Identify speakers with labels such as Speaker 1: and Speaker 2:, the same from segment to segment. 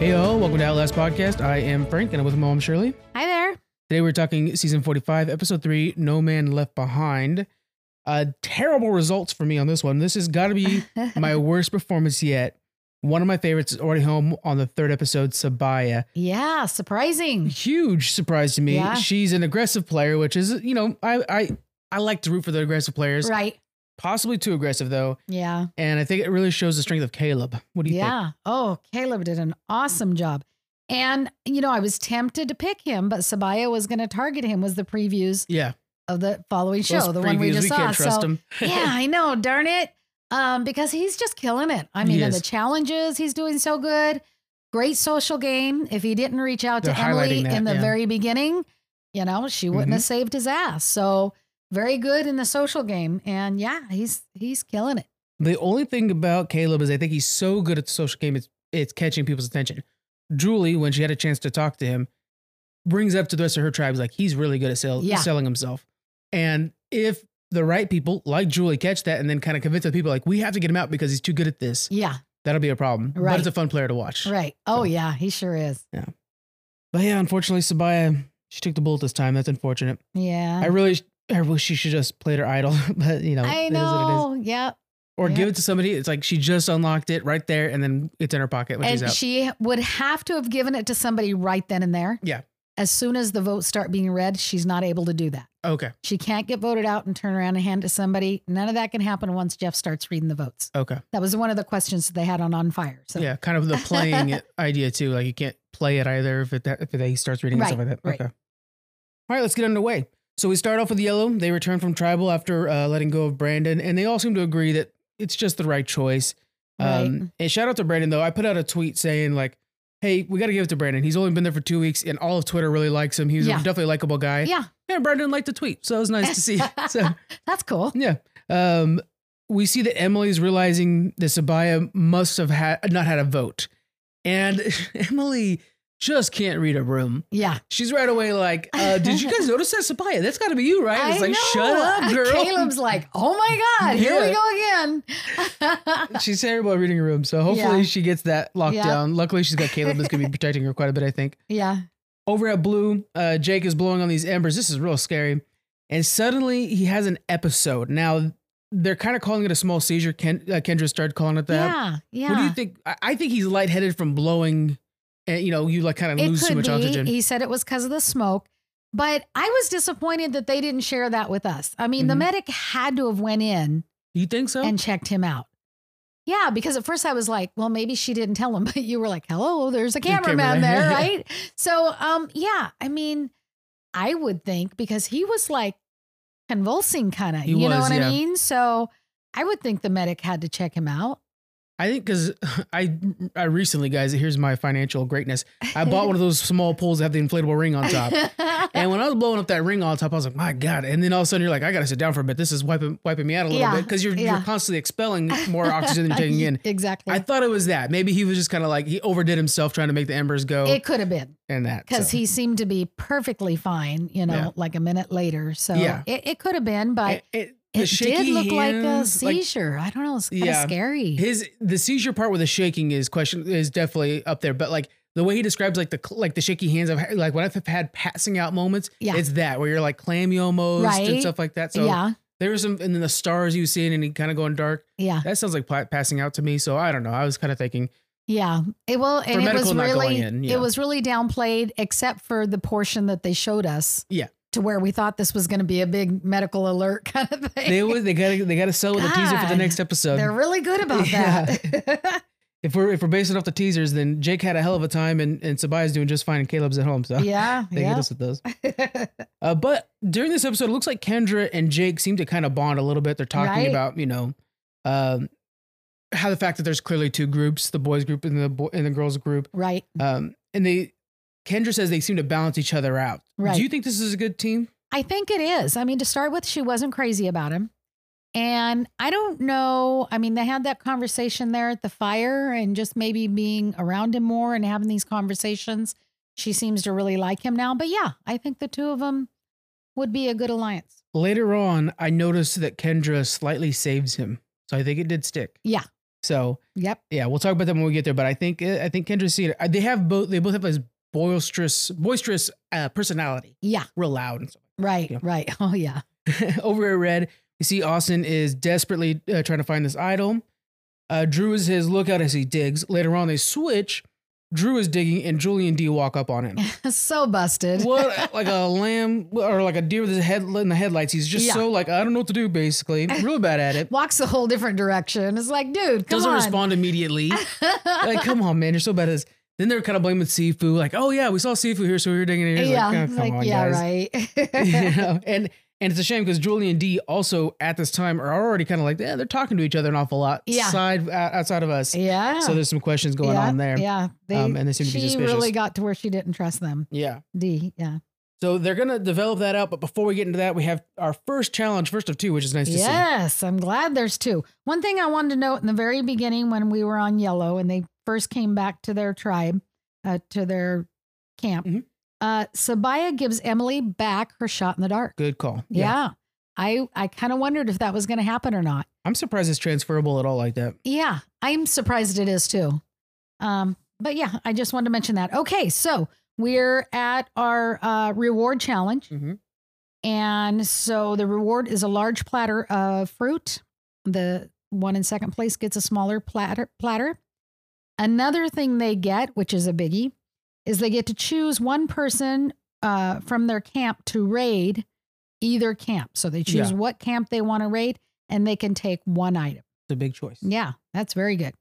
Speaker 1: Hey, all, welcome to Outlast Podcast. I am Frank, and I'm with my mom, Shirley.
Speaker 2: Hi there.
Speaker 1: Today, we're talking season 45, episode 3, No Man Left Behind. Uh, terrible results for me on this one. This has got to be my worst performance yet. One of my favorites is already home on the third episode, Sabaya.
Speaker 2: yeah, surprising.
Speaker 1: Huge surprise to me.
Speaker 2: Yeah.
Speaker 1: She's an aggressive player, which is, you know, I, I, I like to root for the aggressive players,
Speaker 2: Right.
Speaker 1: possibly too aggressive, though.
Speaker 2: Yeah.
Speaker 1: And I think it really shows the strength of Caleb. What do you think?
Speaker 2: Yeah. Oh, Caleb did an awesome job. And, you know, I was tempted to pick him, but Sabaya was going to target him was the previews
Speaker 1: Yeah.
Speaker 2: of the following show,
Speaker 1: Those
Speaker 2: the one we
Speaker 1: previews,
Speaker 2: just saw.
Speaker 1: can't trust
Speaker 2: so,
Speaker 1: them.
Speaker 2: yeah, I know. Darn it. Um, because he's just killing it. I mean,
Speaker 1: He
Speaker 2: and
Speaker 1: is.
Speaker 2: the challenges, he's doing so good. Great social game. If he didn't reach out
Speaker 1: They're
Speaker 2: to Emily
Speaker 1: highlighting that,
Speaker 2: in the
Speaker 1: yeah.
Speaker 2: very beginning, you know, she wouldn't
Speaker 1: Mhm.
Speaker 2: have saved his ass. So very good in the social game. And yeah, he's he's killing it.
Speaker 1: The only thing about Caleb is I think he's so good at the social game, it's it's catching people's attention. Julie, when she had a chance to talk to him, brings up to the rest of her tribes like he's really good at sell,
Speaker 2: Yeah.
Speaker 1: selling himself. And if the right people like Julie catch that and then kind of convince the people like we have to get him out because he's too good at this,
Speaker 2: Yeah.
Speaker 1: that'll be a problem. But
Speaker 2: Right.
Speaker 1: it's a fun player to watch.
Speaker 2: Right.
Speaker 1: So-
Speaker 2: Oh yeah, he sure is.
Speaker 1: But yeah, unfortunately, Sabaya she took the bullet this time. That's unfortunate. I
Speaker 2: Yeah.
Speaker 1: really, I wish she should just played her idol, but you know,
Speaker 2: I,
Speaker 1: it is what it is.
Speaker 2: know. Yeah.
Speaker 1: Or
Speaker 2: Yeah.
Speaker 1: give it to somebody. It's like she just unlocked it right there, and then it's in her pocket when she's
Speaker 2: And
Speaker 1: out.
Speaker 2: she would have to have given it to somebody right then and there.
Speaker 1: Yeah.
Speaker 2: As soon as the votes start being read, she's not able to do that.
Speaker 1: okay.
Speaker 2: She can't get voted out and turn around and hand it to somebody. None of that can happen once Jeff starts reading the votes.
Speaker 1: Okay.
Speaker 2: That was one of the questions that they had on On Fire. So
Speaker 1: Yeah, kind of the playing it idea too. Like you can't play it either if it if he starts reading and stuff
Speaker 2: Right,
Speaker 1: like that.
Speaker 2: right.
Speaker 1: Okay. All right, let's get underway. So we start off with Yellow. They return from Tribal after uh, letting go of Brandon, and they all seem to agree that it's just the right choice. Um, and shout out to Brandon though. I put out a tweet saying like, "Hey, we got to give it to Brandon. He's only been there for two weeks, and all of Twitter really likes him. He's
Speaker 2: Yeah.
Speaker 1: a definitely a likable guy."
Speaker 2: Yeah.
Speaker 1: And Brandon liked the tweet, so it was nice to see. so
Speaker 2: That's cool.
Speaker 1: yeah. Um, we see that Emily's realizing that Sabaya must have had not had a vote. And Emily just can't read a room.
Speaker 2: Yeah.
Speaker 1: She's right away like, uh, did you guys notice that Sabaya? That's gotta be you, right?
Speaker 2: I
Speaker 1: it's like,
Speaker 2: know.
Speaker 1: shut up, girl.
Speaker 2: Caleb's like, oh my God, here we
Speaker 1: Yeah.
Speaker 2: go again.
Speaker 1: She's terrible at reading a room, so hopefully
Speaker 2: Yeah.
Speaker 1: she gets that locked
Speaker 2: Yeah.
Speaker 1: down. Luckily, she's got Caleb that's gonna be protecting her quite a bit, I think.
Speaker 2: yeah.
Speaker 1: Over at Blue, uh, Jake is blowing on these embers. This is real scary. And suddenly he has an episode. Now, they're kind of calling it a small seizure. Ken, uh, Kendra started calling it that.
Speaker 2: yeah. Yeah.
Speaker 1: What do you think? I, I think he's lightheaded from blowing, and you know, you like kind of
Speaker 2: It
Speaker 1: lose too
Speaker 2: could
Speaker 1: much
Speaker 2: be.
Speaker 1: oxygen.
Speaker 2: He said it was because of the smoke, but I was disappointed that they didn't share that with us. I mean, the
Speaker 1: Mhm.
Speaker 2: medic had to have went in
Speaker 1: you think so?
Speaker 2: and checked him out. Yeah, because at first I was like, well, maybe she didn't tell him, but you were like, hello, there's a
Speaker 1: cameraman,
Speaker 2: cameraman there,
Speaker 1: yeah.
Speaker 2: right? So, um, yeah, I mean, I would think because he was like convulsing kind of,
Speaker 1: He
Speaker 2: you know
Speaker 1: was,
Speaker 2: what
Speaker 1: yeah.
Speaker 2: I mean? So I would think the medic had to check him out.
Speaker 1: I think because I I recently, guys, here's my financial greatness. I bought one of those small poles that have the inflatable ring on top. And when I was blowing up that ring on top, I was like, "My God!" And then all of a sudden, you're like, "I gotta sit down for a bit. This is wiping wiping me out a little
Speaker 2: Yeah,
Speaker 1: bit because you're you're
Speaker 2: yeah.
Speaker 1: constantly expelling more oxygen than you're taking in."
Speaker 2: Exactly.
Speaker 1: I thought it was that. Maybe he was just kind of like he overdid himself trying to make the embers go
Speaker 2: it could have been.
Speaker 1: and that.
Speaker 2: because
Speaker 1: so.
Speaker 2: he seemed to be perfectly fine, you know,
Speaker 1: Yeah.
Speaker 2: like a minute later. So
Speaker 1: Yeah.
Speaker 2: it, it could have been, but
Speaker 1: It- it- the
Speaker 2: it, did
Speaker 1: shaky
Speaker 2: look like a
Speaker 1: hands,
Speaker 2: seizure. I don't know. It's kind of
Speaker 1: Yeah.
Speaker 2: scary.
Speaker 1: his the seizure part with the shaking is question is definitely up there but like the way he describes like the like the shaky hands of like what i've had passing out moments
Speaker 2: Yeah.
Speaker 1: it's that where you're like clammy almost and
Speaker 2: Right.
Speaker 1: stuff like that so
Speaker 2: yeah.
Speaker 1: there was some and then the stars you seen and he kind of going dark
Speaker 2: Yeah.
Speaker 1: that sounds like pla- passing out to me so i don't know i was kind of thinking
Speaker 2: Yeah. It well, and it
Speaker 1: medical
Speaker 2: was
Speaker 1: not going
Speaker 2: really,
Speaker 1: in, yeah.
Speaker 2: it was really downplayed except for the portion that they showed us.
Speaker 1: Yeah.
Speaker 2: To where we thought this was going to be a big medical alert kind of thing.
Speaker 1: they um, would they gotta they gotta sell with a teaser for the
Speaker 2: God.
Speaker 1: next episode
Speaker 2: They're really good about
Speaker 1: Yeah.
Speaker 2: that.
Speaker 1: if we're if we're basing off the teasers then jake had a hell of a time and and sabaya's doing just fine and caleb's at home so
Speaker 2: yeah.
Speaker 1: they hit
Speaker 2: Yeah.
Speaker 1: us with those Uh, but during this episode, it looks like Kendra and Jake seem to kind of bond a little bit. They're talking
Speaker 2: Right.
Speaker 1: about, you know, um, how the fact that there's clearly two groups, the boys group and the boy and the girls group.
Speaker 2: right.
Speaker 1: Um, and they Kendra says they seem to balance each other out.
Speaker 2: Right.
Speaker 1: Do you think this is a good team?
Speaker 2: I think it is. I mean, to start with, she wasn't crazy about him. And I don't know. I mean, they had that conversation there at the fire and just maybe being around him more and having these conversations. She seems to really like him now. But yeah, I think the two of them would be a good alliance.
Speaker 1: Later on, I noticed that Kendra slightly saves him. So I think it did stick.
Speaker 2: Yeah.
Speaker 1: So
Speaker 2: Yep.
Speaker 1: yeah, we'll talk about that when we get there. But I think I think Kendra Cedar, uh, they have both. They both have this boisterous, boisterous uh, personality,
Speaker 2: Yeah.
Speaker 1: real loud. And
Speaker 2: Right.
Speaker 1: Yeah.
Speaker 2: Right. Oh yeah.
Speaker 1: stuff. Over at Red, we see Austin is desperately uh, trying to find this idol. Uh, Drew is his lookout as he digs. Later on, they switch. Drew is digging, and Julie and D walk up on him.
Speaker 2: so busted.
Speaker 1: what like a lamb or like a deer with his head in the headlights. He's just
Speaker 2: Yeah.
Speaker 1: so like I don't know what to do. Basically, really bad at it.
Speaker 2: Walks a whole different direction. It's like, dude, come
Speaker 1: Doesn't
Speaker 2: on.
Speaker 1: respond immediately. like, come on, man, you're so bad at this. Then they're kind of blaming Sifu, like, oh yeah, we saw Sifu here, so we were digging it. He's
Speaker 2: yeah.
Speaker 1: like, "Oh,
Speaker 2: it's
Speaker 1: come
Speaker 2: like,
Speaker 1: on,
Speaker 2: yeah.
Speaker 1: guys. You
Speaker 2: Right.
Speaker 1: know? And and it's a shame because Julie and D also at this time are already kind of like, yeah, they're talking to each other an awful lot.
Speaker 2: Yeah.
Speaker 1: Side o- outside of us.
Speaker 2: yeah.
Speaker 1: So there's some questions going
Speaker 2: yeah,
Speaker 1: on there.
Speaker 2: Yeah. They,
Speaker 1: Um, and they seem to be
Speaker 2: she
Speaker 1: suspicious.
Speaker 2: really got to where she didn't trust them.
Speaker 1: yeah.
Speaker 2: D. Yeah.
Speaker 1: So they're gonna develop that out, but before we get into that, we have our first challenge, first of two, which is nice to see.
Speaker 2: Yes, I'm glad there's two. One thing I wanted to note in the very beginning when we were on Yellow and they first came back to their tribe, uh, to their camp,
Speaker 1: Mhm.
Speaker 2: uh, Sabaya gives Emily back her shot in the dark.
Speaker 1: Good call.
Speaker 2: Yeah. I, I kind of wondered if that was going to happen or not.
Speaker 1: I'm surprised it's transferable at all like that.
Speaker 2: Yeah, I'm surprised it is too. Um, but yeah, I just wanted to mention that. Okay, so we're at our uh, reward challenge.
Speaker 1: Mm-hmm.
Speaker 2: And so the reward is a large platter of fruit. The one in second place gets a smaller platter platter. Another thing they get, which is a biggie, is they get to choose one person uh, from their camp to raid either camp. So they choose
Speaker 1: Yeah.
Speaker 2: what camp they want to raid and they can take one item.
Speaker 1: It's a big choice.
Speaker 2: Yeah, that's very good.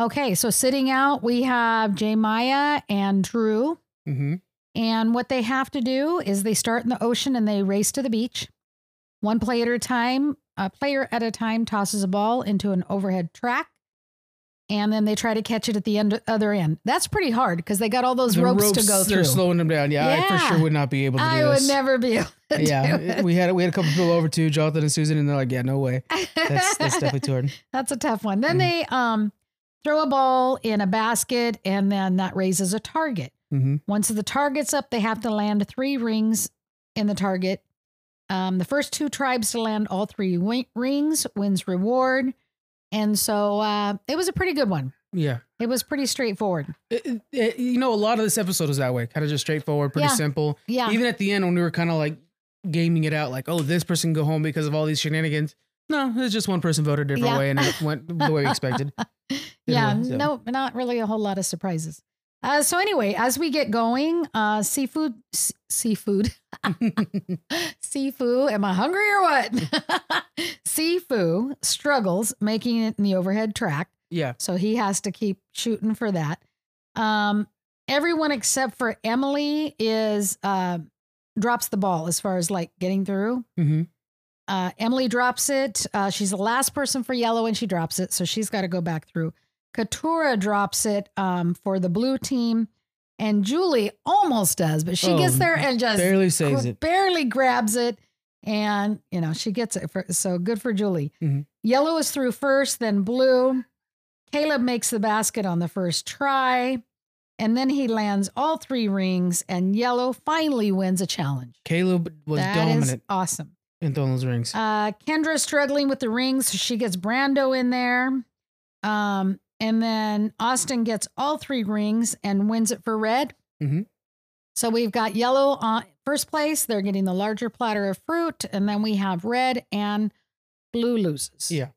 Speaker 2: Okay, so sitting out, we have Jay Maya and Drew.
Speaker 1: Mm-hmm.
Speaker 2: And what they have to do is they start in the ocean and they race to the beach. One player at a time, a player at a time tosses a ball into an overhead track. And then they try to catch it at the end, other end. That's pretty hard because they got all those ropes, to go
Speaker 1: They're
Speaker 2: through.
Speaker 1: slowing them down. Yeah, I for
Speaker 2: Yeah.
Speaker 1: sure would not be able to do
Speaker 2: I would
Speaker 1: this.
Speaker 2: never be able to
Speaker 1: yeah,
Speaker 2: do it.
Speaker 1: we had we had a couple people over too, Jonathan and Susan, and they're like, yeah, no way. That's that's definitely too hard.
Speaker 2: That's a tough one. Then
Speaker 1: Mhm.
Speaker 2: they um, throw a ball in a basket and then that raises a target.
Speaker 1: Mm-hmm.
Speaker 2: Once the target's up, they have to land three rings in the target. Um, the first two tribes to land all three wi- rings wins reward. And so uh, it was a pretty good one.
Speaker 1: Yeah.
Speaker 2: It was pretty straightforward.
Speaker 1: It- it- it- you know, a lot of this episode is that way, kind of just straightforward, pretty
Speaker 2: Yeah.
Speaker 1: simple.
Speaker 2: Yeah.
Speaker 1: Even at the end, when we were kind of like gaming it out, like, oh, this person go home because of all these shenanigans. No, it's just one person voted a different
Speaker 2: Yeah.
Speaker 1: way, and it went the way we expected.
Speaker 2: yeah.
Speaker 1: Anyway, so-
Speaker 2: No, not really a whole lot of surprises. Uh, so anyway, as we get going, uh, seafood, s- seafood, seafood. Am I hungry or what? seafood struggles making it in the overhead track.
Speaker 1: Yeah.
Speaker 2: So he has to keep shooting for that. Um, everyone except for Emily is uh, drops the ball as far as like getting through.
Speaker 1: Mm-hmm.
Speaker 2: Uh, Emily drops it. Uh, she's the last person for yellow and she drops it. So she's got to go back through. Katura drops it um, for the blue team. And Julie almost does, but she
Speaker 1: Oh,
Speaker 2: gets there and just
Speaker 1: Barely saves
Speaker 2: gr-
Speaker 1: it.
Speaker 2: barely grabs it. And, you know, she gets it. For, so good for Julie.
Speaker 1: Mhm.
Speaker 2: Yellow is through first, then blue. Caleb makes the basket on the first try. And then he lands all three rings, and yellow finally wins a challenge.
Speaker 1: Caleb was
Speaker 2: That is
Speaker 1: dominant
Speaker 2: awesome.
Speaker 1: in throwing those rings.
Speaker 2: Uh, Kendra's struggling with the rings, so she gets Brando in there. Um, and then Austin gets all three rings and wins it for red.
Speaker 1: Mhm.
Speaker 2: So we've got yellow on first place. They're getting the larger platter of fruit. And then we have red and blue loses.
Speaker 1: Yeah.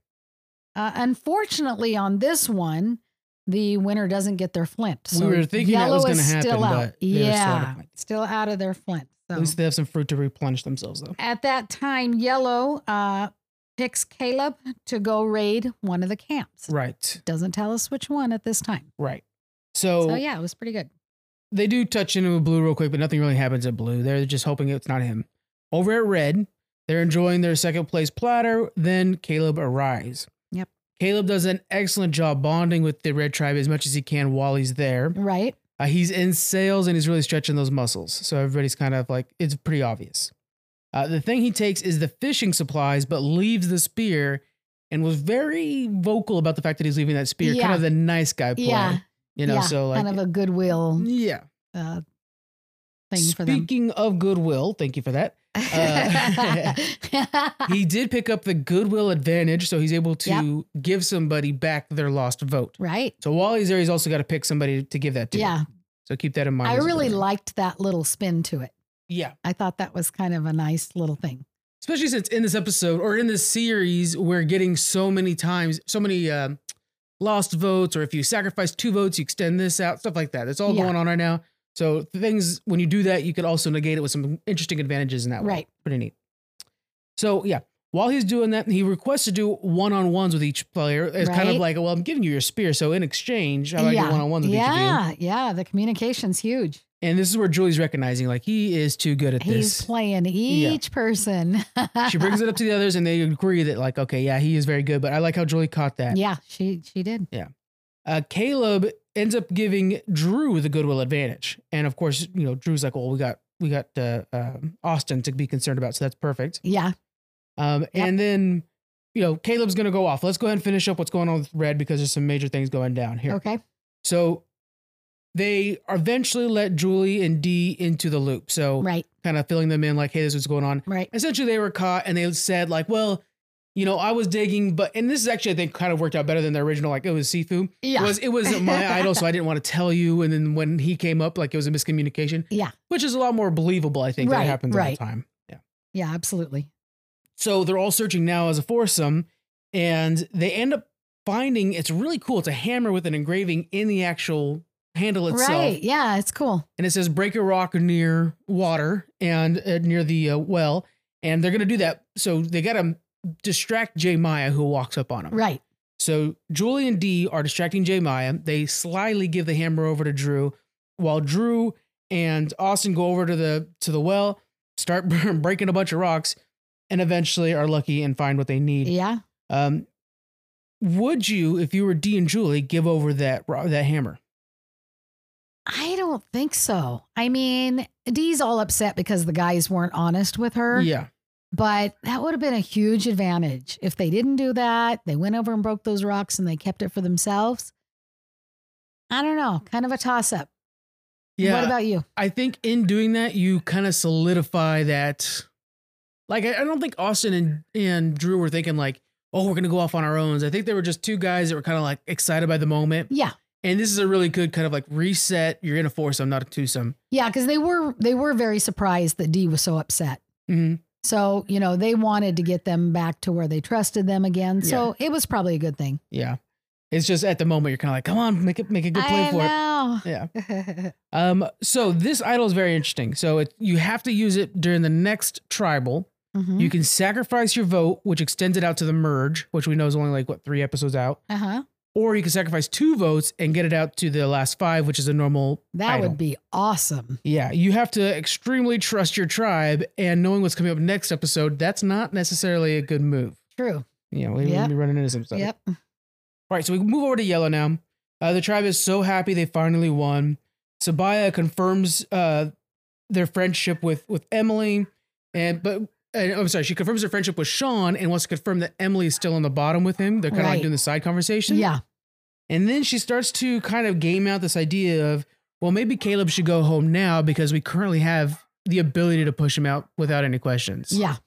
Speaker 2: Uh, unfortunately, on this one, the winner doesn't get their flint.
Speaker 1: We
Speaker 2: So
Speaker 1: were thinking that
Speaker 2: yellow
Speaker 1: was gonna
Speaker 2: is still
Speaker 1: happen,
Speaker 2: out.
Speaker 1: but they were still out of
Speaker 2: Yeah,
Speaker 1: flint.
Speaker 2: still out of their flint.
Speaker 1: At
Speaker 2: So
Speaker 1: least they have some fruit to replenish themselves, though.
Speaker 2: at that time, Yellow uh, picks Caleb to go raid one of the camps.
Speaker 1: Right,
Speaker 2: Doesn't tell us which one at this time.
Speaker 1: right. So,
Speaker 2: So yeah, it was pretty good.
Speaker 1: they do touch into a blue real quick, but nothing really happens at blue. They're just hoping it's not him. Over at red, they're enjoying their second place platter. Then Caleb arrives.
Speaker 2: Yep.
Speaker 1: Caleb does an excellent job bonding with the red tribe as much as he can while he's there.
Speaker 2: Right?
Speaker 1: Uh, he's in sales and he's really stretching those muscles. So everybody's kind of like, it's pretty obvious. Uh, the thing he takes is the fishing supplies, but leaves the spear and was very vocal about the fact that he's leaving that spear. Kind
Speaker 2: Yeah.
Speaker 1: of the nice guy play.
Speaker 2: Yeah.
Speaker 1: You know,
Speaker 2: yeah.
Speaker 1: so like,
Speaker 2: kind of a goodwill
Speaker 1: yeah.
Speaker 2: uh, thing for them.
Speaker 1: Speaking of goodwill, thank you for that. uh,
Speaker 2: Uh-uh.
Speaker 1: He did pick up the goodwill advantage, so he's able to give somebody back their lost vote.
Speaker 2: right.
Speaker 1: So while he's there, he's also got to pick somebody to give that to.
Speaker 2: Yeah.
Speaker 1: So keep that in mind.
Speaker 2: I
Speaker 1: as
Speaker 2: really
Speaker 1: well.
Speaker 2: liked that little spin to it.
Speaker 1: Yeah.
Speaker 2: I thought that was kind of a nice little thing.
Speaker 1: especially since in this episode or in this series we're getting so many times so many um, lost votes or if you sacrifice two votes you extend this out stuff like that it's all
Speaker 2: Yeah.
Speaker 1: going on right now so things when you do that you could also negate it with some interesting advantages in that way
Speaker 2: Right.
Speaker 1: pretty neat so yeah while he's doing that he requests to do one-on-ones with each player it's kind of
Speaker 2: Right.
Speaker 1: like well i'm giving you your spear so in exchange i like do one-on-ones with each of you
Speaker 2: yeah, yeah. The communication's huge.
Speaker 1: and this is where julie's recognizing like he is too good at
Speaker 2: He's
Speaker 1: this
Speaker 2: playing each person.
Speaker 1: she brings it up to the others and they agree that like okay yeah he is very good but i like how julie caught that
Speaker 2: Yeah, she she did.
Speaker 1: uh, caleb ends up giving drew the goodwill advantage and of course you know drew's like well we got we got uh, um austin to be concerned about so that's perfect
Speaker 2: Yeah,
Speaker 1: um,
Speaker 2: Yep.
Speaker 1: and then you know caleb's gonna go off let's go ahead and finish up what's going on with red because there's some major things going down here
Speaker 2: okay.
Speaker 1: so they eventually let julie and dee into the loop so
Speaker 2: Right,
Speaker 1: kind of filling them in like hey this is what's going on
Speaker 2: right.
Speaker 1: essentially they were caught and they said like well you know i was digging but and this is actually i think kind of worked out better than the original like it was sifu
Speaker 2: Yeah.
Speaker 1: it was it was my idol so i didn't want to tell you and then when he came up like it was a miscommunication
Speaker 2: Yeah.
Speaker 1: which is a lot more believable i think
Speaker 2: Right,
Speaker 1: that happens all the
Speaker 2: right.
Speaker 1: time yeah
Speaker 2: yeah, absolutely.
Speaker 1: so they're all searching now as a foursome and they end up finding it's really cool it's a hammer with an engraving in the actual handle itself
Speaker 2: Right. Yeah, it's cool.
Speaker 1: and it says break a rock near water and uh, near the uh, well and they're going to do that so they got to distract jay maya who walks up on him
Speaker 2: Right.
Speaker 1: so julie and dee are distracting jay maya they slyly give the hammer over to drew while drew and austin go over to the to the well start breaking a bunch of rocks and eventually are lucky and find what they need
Speaker 2: Yeah.
Speaker 1: um would you if you were dee and julie give over that ro- that hammer
Speaker 2: I don't think so. I mean, Dee's all upset because the guys weren't honest with her.
Speaker 1: yeah
Speaker 2: But that would have been a huge advantage if they didn't do that. They went over and broke those rocks and they kept it for themselves. I don't know. Kind of a toss up.
Speaker 1: yeah
Speaker 2: What about you?
Speaker 1: I think in doing that, you kind of solidify that. Like, I, I don't think Austin and, and Drew were thinking, like, oh, we're going to go off on our own. I think they were just two guys that were kind of like excited by the moment.
Speaker 2: Yeah.
Speaker 1: And this is a really good kind of like reset. You're in a foursome, not a twosome.
Speaker 2: Yeah, because they were they were very surprised that Dee was so upset.
Speaker 1: Mhm.
Speaker 2: So, you know, they wanted to get them back to where they trusted them again. So it was probably a good thing.
Speaker 1: Yeah. It's just at the moment, you're kind of like, come on, make it, make a good play
Speaker 2: I
Speaker 1: for it.
Speaker 2: know.
Speaker 1: Yeah. Um, so this idol is very interesting. So it, you have to use it during the next tribal.
Speaker 2: Mhm.
Speaker 1: You can sacrifice your vote, which extends it out to the merge, which we know is only like what three episodes out.
Speaker 2: uh-huh.
Speaker 1: or you can sacrifice two votes and get it out to the last five, which is a normal.
Speaker 2: That
Speaker 1: Idol.
Speaker 2: would be awesome.
Speaker 1: Yeah, you have to extremely trust your tribe, and knowing what's coming up next episode, that's not necessarily a good move.
Speaker 2: True.
Speaker 1: Yeah, we,
Speaker 2: Yep.
Speaker 1: we'll be running into some stuff.
Speaker 2: Yep.
Speaker 1: All right, so we move over to yellow now. Uh, the tribe is so happy they finally won. Sabaya confirms uh, their friendship with with Emily, and but and, I'm sorry, she confirms her friendship with Sean and wants to confirm that Emily is still on the bottom with him. They're kind of
Speaker 2: Right.
Speaker 1: like doing the side conversation.
Speaker 2: Yeah.
Speaker 1: And then she starts to kind of game out this idea of, well, maybe Caleb should go home now because we currently have the ability to push him out without any questions.
Speaker 2: Yeah.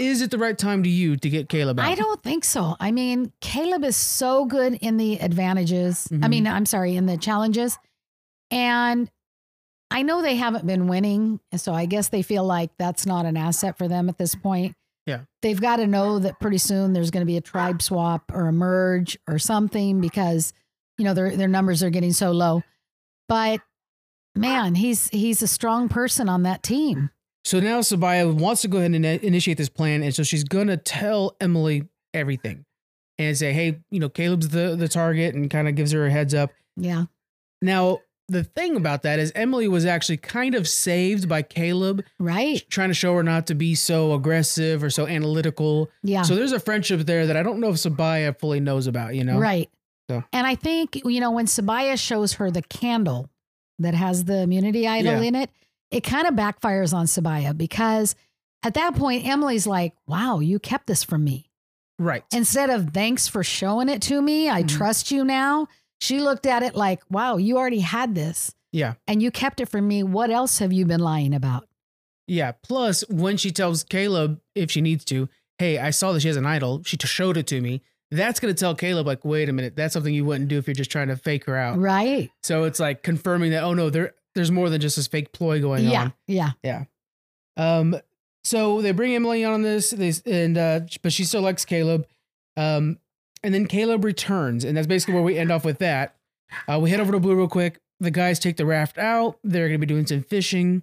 Speaker 1: Is it the right time to you to get Caleb out?
Speaker 2: I don't think so. I mean, Caleb is so good in the advantages. I
Speaker 1: Mhm.
Speaker 2: mean, I'm sorry, in the challenges. And I know they haven't been winning. And so I guess they feel like that's not an asset for them at this point.
Speaker 1: Yeah.
Speaker 2: They've got to know that pretty soon there's going to be a tribe swap or a merge or something because, you know, their their numbers are getting so low. But man, he's he's a strong person on that team.
Speaker 1: So now Sabaya wants to go ahead and ini- initiate this plan. And so she's going to tell Emily everything and say, hey, you know, Caleb's the, the target and kind of gives her a heads up.
Speaker 2: Yeah.
Speaker 1: Now, the thing about that is Emily was actually kind of saved by Caleb
Speaker 2: Right.
Speaker 1: trying to show her not to be so aggressive or so analytical.
Speaker 2: Yeah.
Speaker 1: So there's a friendship there that I don't know if Sabaya fully knows about, you know?
Speaker 2: Right.
Speaker 1: So-
Speaker 2: And I think, you know, when Sabaya shows her the candle that has the immunity idol
Speaker 1: Yeah.
Speaker 2: in it, it kind of backfires on Sabaya because at that point, Emily's like, wow, you kept this from me.
Speaker 1: Right.
Speaker 2: Instead of thanks for showing it to me, I
Speaker 1: Mhm.
Speaker 2: trust you now. She looked at it like, wow, you already had this.
Speaker 1: Yeah.
Speaker 2: And you kept it from me. What else have you been lying about?
Speaker 1: Yeah. Plus, when she tells Caleb, if she needs to, hey, I saw that she has an idol, she t- showed it to me. That's going to tell Caleb, like, wait a minute, that's something you wouldn't do if you're just trying to fake her out.
Speaker 2: Right.
Speaker 1: So it's like confirming that, oh no, there, there's more than just this fake ploy going
Speaker 2: yeah.
Speaker 1: on.
Speaker 2: Yeah.
Speaker 1: Um, so they bring Emily on this, they, and uh, but she still likes Caleb. Um, and then Caleb returns, and that's basically where we end off with that. Uh, we head over to Blue real quick. The guys take the raft out. They're going to be doing some fishing.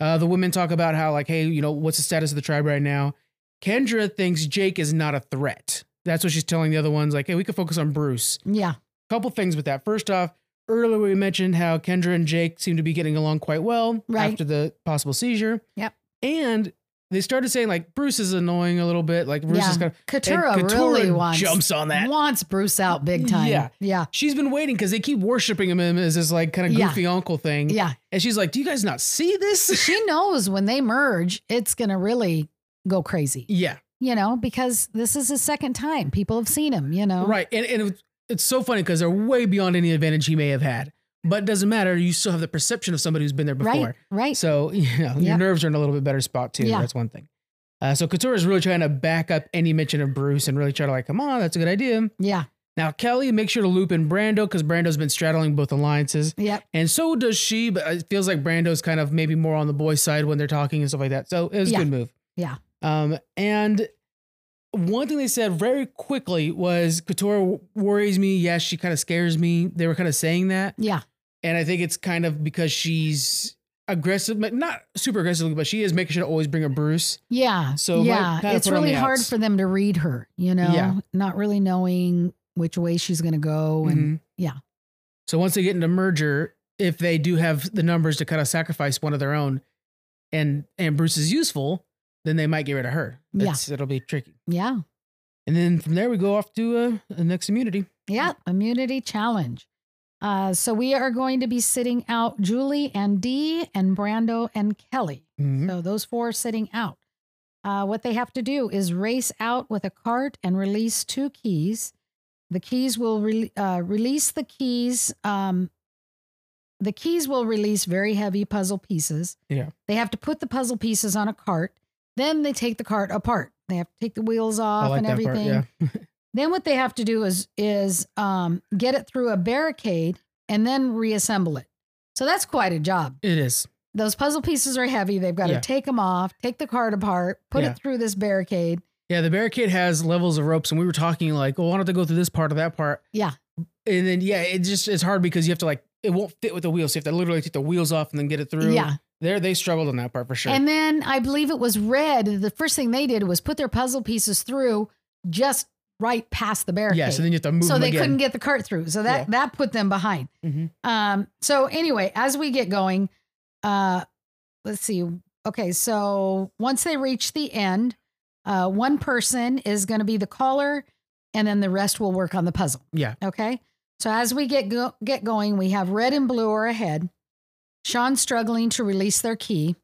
Speaker 1: Uh, the women talk about how, like, hey, you know, what's the status of the tribe right now? Kendra thinks Jake is not a threat. That's what she's telling the other ones. Like, hey, we could focus on Bruce.
Speaker 2: Yeah.
Speaker 1: Couple things with that. First off, earlier we mentioned how Kendra and Jake seem to be getting along quite well
Speaker 2: Right.
Speaker 1: after the possible seizure.
Speaker 2: Yep.
Speaker 1: And they started saying like Bruce is annoying a little bit. Like Bruce
Speaker 2: Yeah.
Speaker 1: is kind of
Speaker 2: Katura,
Speaker 1: and
Speaker 2: really
Speaker 1: Keturah
Speaker 2: wants
Speaker 1: jumps on that.
Speaker 2: wants Bruce out big time.
Speaker 1: Yeah.
Speaker 2: Yeah.
Speaker 1: She's been waiting because they keep worshiping him as this like kind of
Speaker 2: Yeah.
Speaker 1: goofy uncle thing.
Speaker 2: Yeah.
Speaker 1: And she's like, "Do you guys not see this?"
Speaker 2: She knows when they merge, it's gonna really go crazy.
Speaker 1: yeah.
Speaker 2: You know, because this is his second time. People have seen him, you know.
Speaker 1: Right. And and it- it's so funny because they're way beyond any advantage he may have had. But it doesn't matter. You still have the perception of somebody who's been there before.
Speaker 2: Right. Right.
Speaker 1: So, you know, your
Speaker 2: Yep.
Speaker 1: nerves are in a little bit better spot too.
Speaker 2: Yeah.
Speaker 1: That's one thing. Uh, so Couture is really trying to back up any mention of Bruce and really try to like, come on, that's a good idea.
Speaker 2: yeah.
Speaker 1: Now Kelly makes sure to loop in Brando because Brando's been straddling both alliances,
Speaker 2: Yep.
Speaker 1: and so does she. But it feels like Brando's kind of maybe more on the boy side when they're talking and stuff like that. So it was
Speaker 2: Yeah.
Speaker 1: a good move.
Speaker 2: Yeah.
Speaker 1: Um, and one thing they said very quickly was Couture worries me. Yes, she kind of scares me. They were kind of saying that.
Speaker 2: Yeah.
Speaker 1: And I think it's kind of because she's aggressive, but not super aggressively, but she is making sure to always bring a Bruce.
Speaker 2: Yeah.
Speaker 1: So it might
Speaker 2: yeah.
Speaker 1: kinda
Speaker 2: It's
Speaker 1: put her on
Speaker 2: really
Speaker 1: the
Speaker 2: hard
Speaker 1: outs.
Speaker 2: for them to read her, you know,
Speaker 1: Yeah.
Speaker 2: not really knowing which way she's gonna go Oh, and
Speaker 1: Mhm.
Speaker 2: yeah.
Speaker 1: So once they get into merger, if they do have the numbers to kind of sacrifice one of their own, and and Bruce is useful, then they might get rid of her.
Speaker 2: Yeah.
Speaker 1: That's, It'll be tricky.
Speaker 2: yeah.
Speaker 1: And then from there we go off to uh, the next immunity.
Speaker 2: Yeah, immunity challenge. Uh, so we are going to be sitting out Julie and Dee and Brando and Kelly.
Speaker 1: Mhm.
Speaker 2: So those four are sitting out. Uh, what they have to do is race out with a cart and release two keys. The keys will re- uh, release the keys. Um, the keys will release very heavy puzzle pieces.
Speaker 1: Yeah.
Speaker 2: They have to put the puzzle pieces on a cart. Then they take the cart apart. They have to take the wheels off and everything. Then what they have to do is is um, get it through a barricade and then reassemble it. So that's quite a job.
Speaker 1: Yeah, it is.
Speaker 2: Those puzzle pieces are heavy. They've got
Speaker 1: Yeah.
Speaker 2: to take them off, take the card apart, put
Speaker 1: Yeah.
Speaker 2: it through this barricade.
Speaker 1: Yeah, the barricade has levels of ropes, and we were talking like, oh, I don't have to go through this part or that part.
Speaker 2: Yeah.
Speaker 1: And then yeah, it just it's hard because you have to like it won't fit with the wheels. So you have to literally take the wheels off and then get it through.
Speaker 2: Yeah.
Speaker 1: There they struggled on that part for sure.
Speaker 2: And then I believe it was red. The first thing they did was put their puzzle pieces through just right past the barricade.
Speaker 1: yeah, so then you have to move
Speaker 2: so
Speaker 1: them
Speaker 2: they
Speaker 1: again.
Speaker 2: couldn't get the cart through. So that
Speaker 1: Yeah.
Speaker 2: that put them behind.
Speaker 1: Mhm.
Speaker 2: Um, so anyway, as we get going, uh, let's see. Okay, so once they reach the end, uh, one person is going to be the caller, and then the rest will work on the puzzle.
Speaker 1: Yeah.
Speaker 2: Okay. So as we get go- get going, we have red and blue are ahead. Sean's struggling to release their key,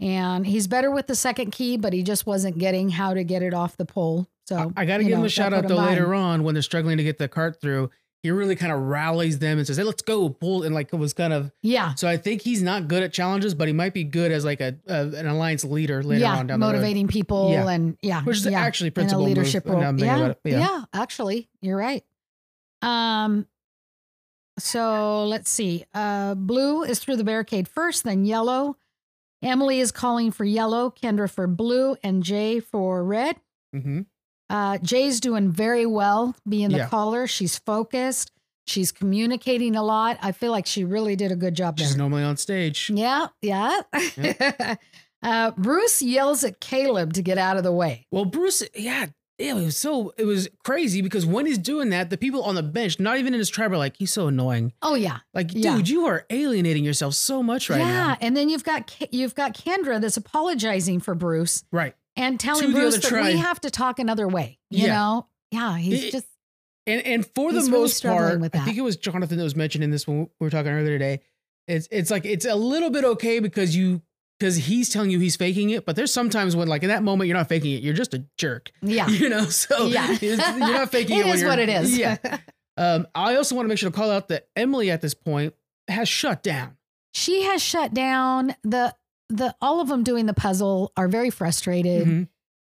Speaker 2: and he's better with the second key, but he just wasn't getting how to get it off the pole. So
Speaker 1: I got to
Speaker 2: you
Speaker 1: give him
Speaker 2: know,
Speaker 1: a
Speaker 2: that
Speaker 1: shout
Speaker 2: put
Speaker 1: out
Speaker 2: him
Speaker 1: though
Speaker 2: behind.
Speaker 1: later on when they're struggling to get the cart through. He really kind of rallies them and says, "Hey, let's go!" Pull and like it was kind of.
Speaker 2: Yeah.
Speaker 1: So I think he's not good at challenges, but he might be good as like a, a an alliance leader later
Speaker 2: yeah,
Speaker 1: on down
Speaker 2: motivating people
Speaker 1: Yeah.
Speaker 2: and yeah,
Speaker 1: the road, which is
Speaker 2: yeah,
Speaker 1: actually
Speaker 2: in a
Speaker 1: principal move,
Speaker 2: leadership
Speaker 1: now
Speaker 2: role.
Speaker 1: I'm thinking
Speaker 2: yeah,
Speaker 1: about it.
Speaker 2: yeah, actually, you're right. Um, so let's see. Uh, blue is through the barricade first, then yellow. Emily is calling for yellow, Kendra for blue, and Jay for red.
Speaker 1: Mhm.
Speaker 2: Uh, Jay's doing very well being the
Speaker 1: Yeah.
Speaker 2: caller. She's focused. She's communicating a lot. I feel like she really did a good job there.
Speaker 1: She's normally on stage.
Speaker 2: Yeah, yeah. uh, Bruce yells at Caleb to get out of the way.
Speaker 1: Well, Bruce, yeah, it was so it was crazy because when he's doing that, the people on the bench, not even in his tribe, are like, he's so annoying.
Speaker 2: Oh yeah,
Speaker 1: Like,
Speaker 2: Yeah.
Speaker 1: dude, you are alienating yourself so much right
Speaker 2: yeah.
Speaker 1: now.
Speaker 2: And then you've got K- you've got Kendra that's apologizing for Bruce
Speaker 1: Right.
Speaker 2: and telling
Speaker 1: To the
Speaker 2: Bruce
Speaker 1: other
Speaker 2: that
Speaker 1: tribe.
Speaker 2: we have to talk another way. You
Speaker 1: Yeah.
Speaker 2: know, yeah. He's
Speaker 1: It-
Speaker 2: just
Speaker 1: And and for the
Speaker 2: He's really
Speaker 1: most
Speaker 2: struggling
Speaker 1: part,
Speaker 2: with
Speaker 1: I
Speaker 2: that.
Speaker 1: think it was Jonathan that was mentioning this when we were talking earlier today. It's it's like it's a little bit okay because you because he's telling you he's faking it, but there's sometimes when like in that moment you're not faking it, you're just a jerk.
Speaker 2: yeah,
Speaker 1: You know, so
Speaker 2: Yeah.
Speaker 1: it's- you're not faking it.
Speaker 2: It
Speaker 1: when
Speaker 2: is
Speaker 1: you're-
Speaker 2: what it is.
Speaker 1: Yeah. Um, I also want to make sure to call out that Emily at this point has shut down.
Speaker 2: she has shut down the the all of them doing the puzzle are very frustrated.
Speaker 1: Mhm.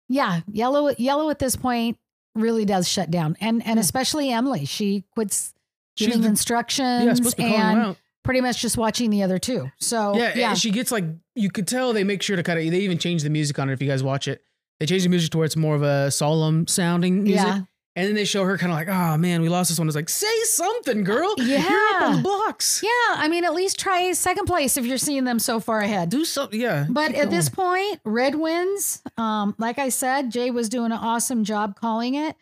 Speaker 2: Yeah, yellow yellow at this point really does shut down, and and
Speaker 1: Yeah.
Speaker 2: especially Emily, she quits
Speaker 1: She's
Speaker 2: giving
Speaker 1: the-
Speaker 2: instructions
Speaker 1: Yeah, supposed to be calling
Speaker 2: and
Speaker 1: them out.
Speaker 2: pretty much just watching the other two. So
Speaker 1: yeah,
Speaker 2: yeah,
Speaker 1: and she gets like you could tell they make sure to kind of they even change the music on it if you guys watch it. They change the music to where it's more of a solemn sounding music.
Speaker 2: yeah,
Speaker 1: And then they show her kind of like, oh man, we lost this one. It's like, say something, girl. You're up on the
Speaker 2: Uh, Yeah.
Speaker 1: blocks.
Speaker 2: yeah. I mean, at least try second place if you're seeing them so far ahead.
Speaker 1: Do something. Yeah.
Speaker 2: But
Speaker 1: keep
Speaker 2: at this
Speaker 1: going.
Speaker 2: point, Red wins. Um, like I said, Jay was doing an awesome job calling it.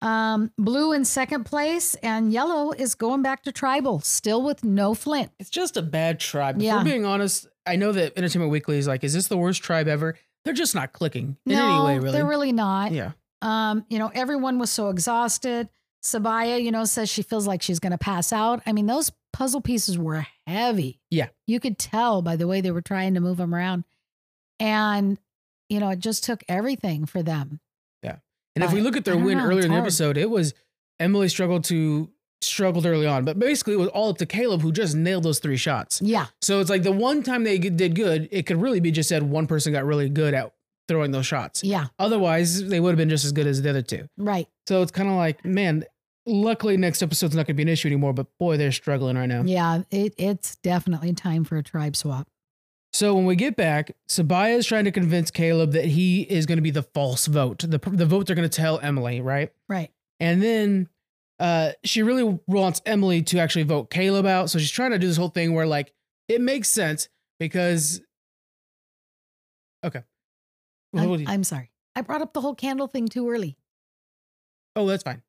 Speaker 2: Um, blue in second place, and yellow is going back to tribal, still with no Flint.
Speaker 1: it's just a bad tribe. If
Speaker 2: Yeah.
Speaker 1: we're being honest, I know that Entertainment Weekly is like, is this the worst tribe ever? They're just not clicking in any
Speaker 2: no,
Speaker 1: way, really.
Speaker 2: they're really not.
Speaker 1: yeah.
Speaker 2: Um, you know, everyone was so exhausted. Sabaya, you know, says she feels like she's going to pass out. I mean, those puzzle pieces were heavy.
Speaker 1: Yeah.
Speaker 2: You could tell by the way they were trying to move them around. And, you know, it just took everything for them.
Speaker 1: And if
Speaker 2: But
Speaker 1: we look at
Speaker 2: I
Speaker 1: their
Speaker 2: don't
Speaker 1: win
Speaker 2: know,
Speaker 1: earlier
Speaker 2: it's
Speaker 1: in the
Speaker 2: hard.
Speaker 1: episode, it was Emily struggled to struggled early on, but basically it was all up to Caleb who just nailed those three shots.
Speaker 2: Yeah.
Speaker 1: So it's like the one time they g- did good, it could really be just said one person got really good at throwing those shots.
Speaker 2: Yeah.
Speaker 1: Otherwise, they would have been just as good as the other two.
Speaker 2: Right.
Speaker 1: So it's kind of like, man, luckily next episode's not going to be an issue anymore, but boy, they're struggling right now.
Speaker 2: Yeah, it, it's definitely time for a tribe swap.
Speaker 1: So when we get back, Sabaya is trying to convince Caleb that he is going to be the false vote, the, the vote they're going to tell Emily, right?
Speaker 2: Right.
Speaker 1: And then uh, she really wants Emily to actually vote Caleb out. So she's trying to do this whole thing where, like, it makes sense because. Okay. What would you-
Speaker 2: I'm, I'm sorry. I brought up the whole candle thing too early.
Speaker 1: oh, that's fine.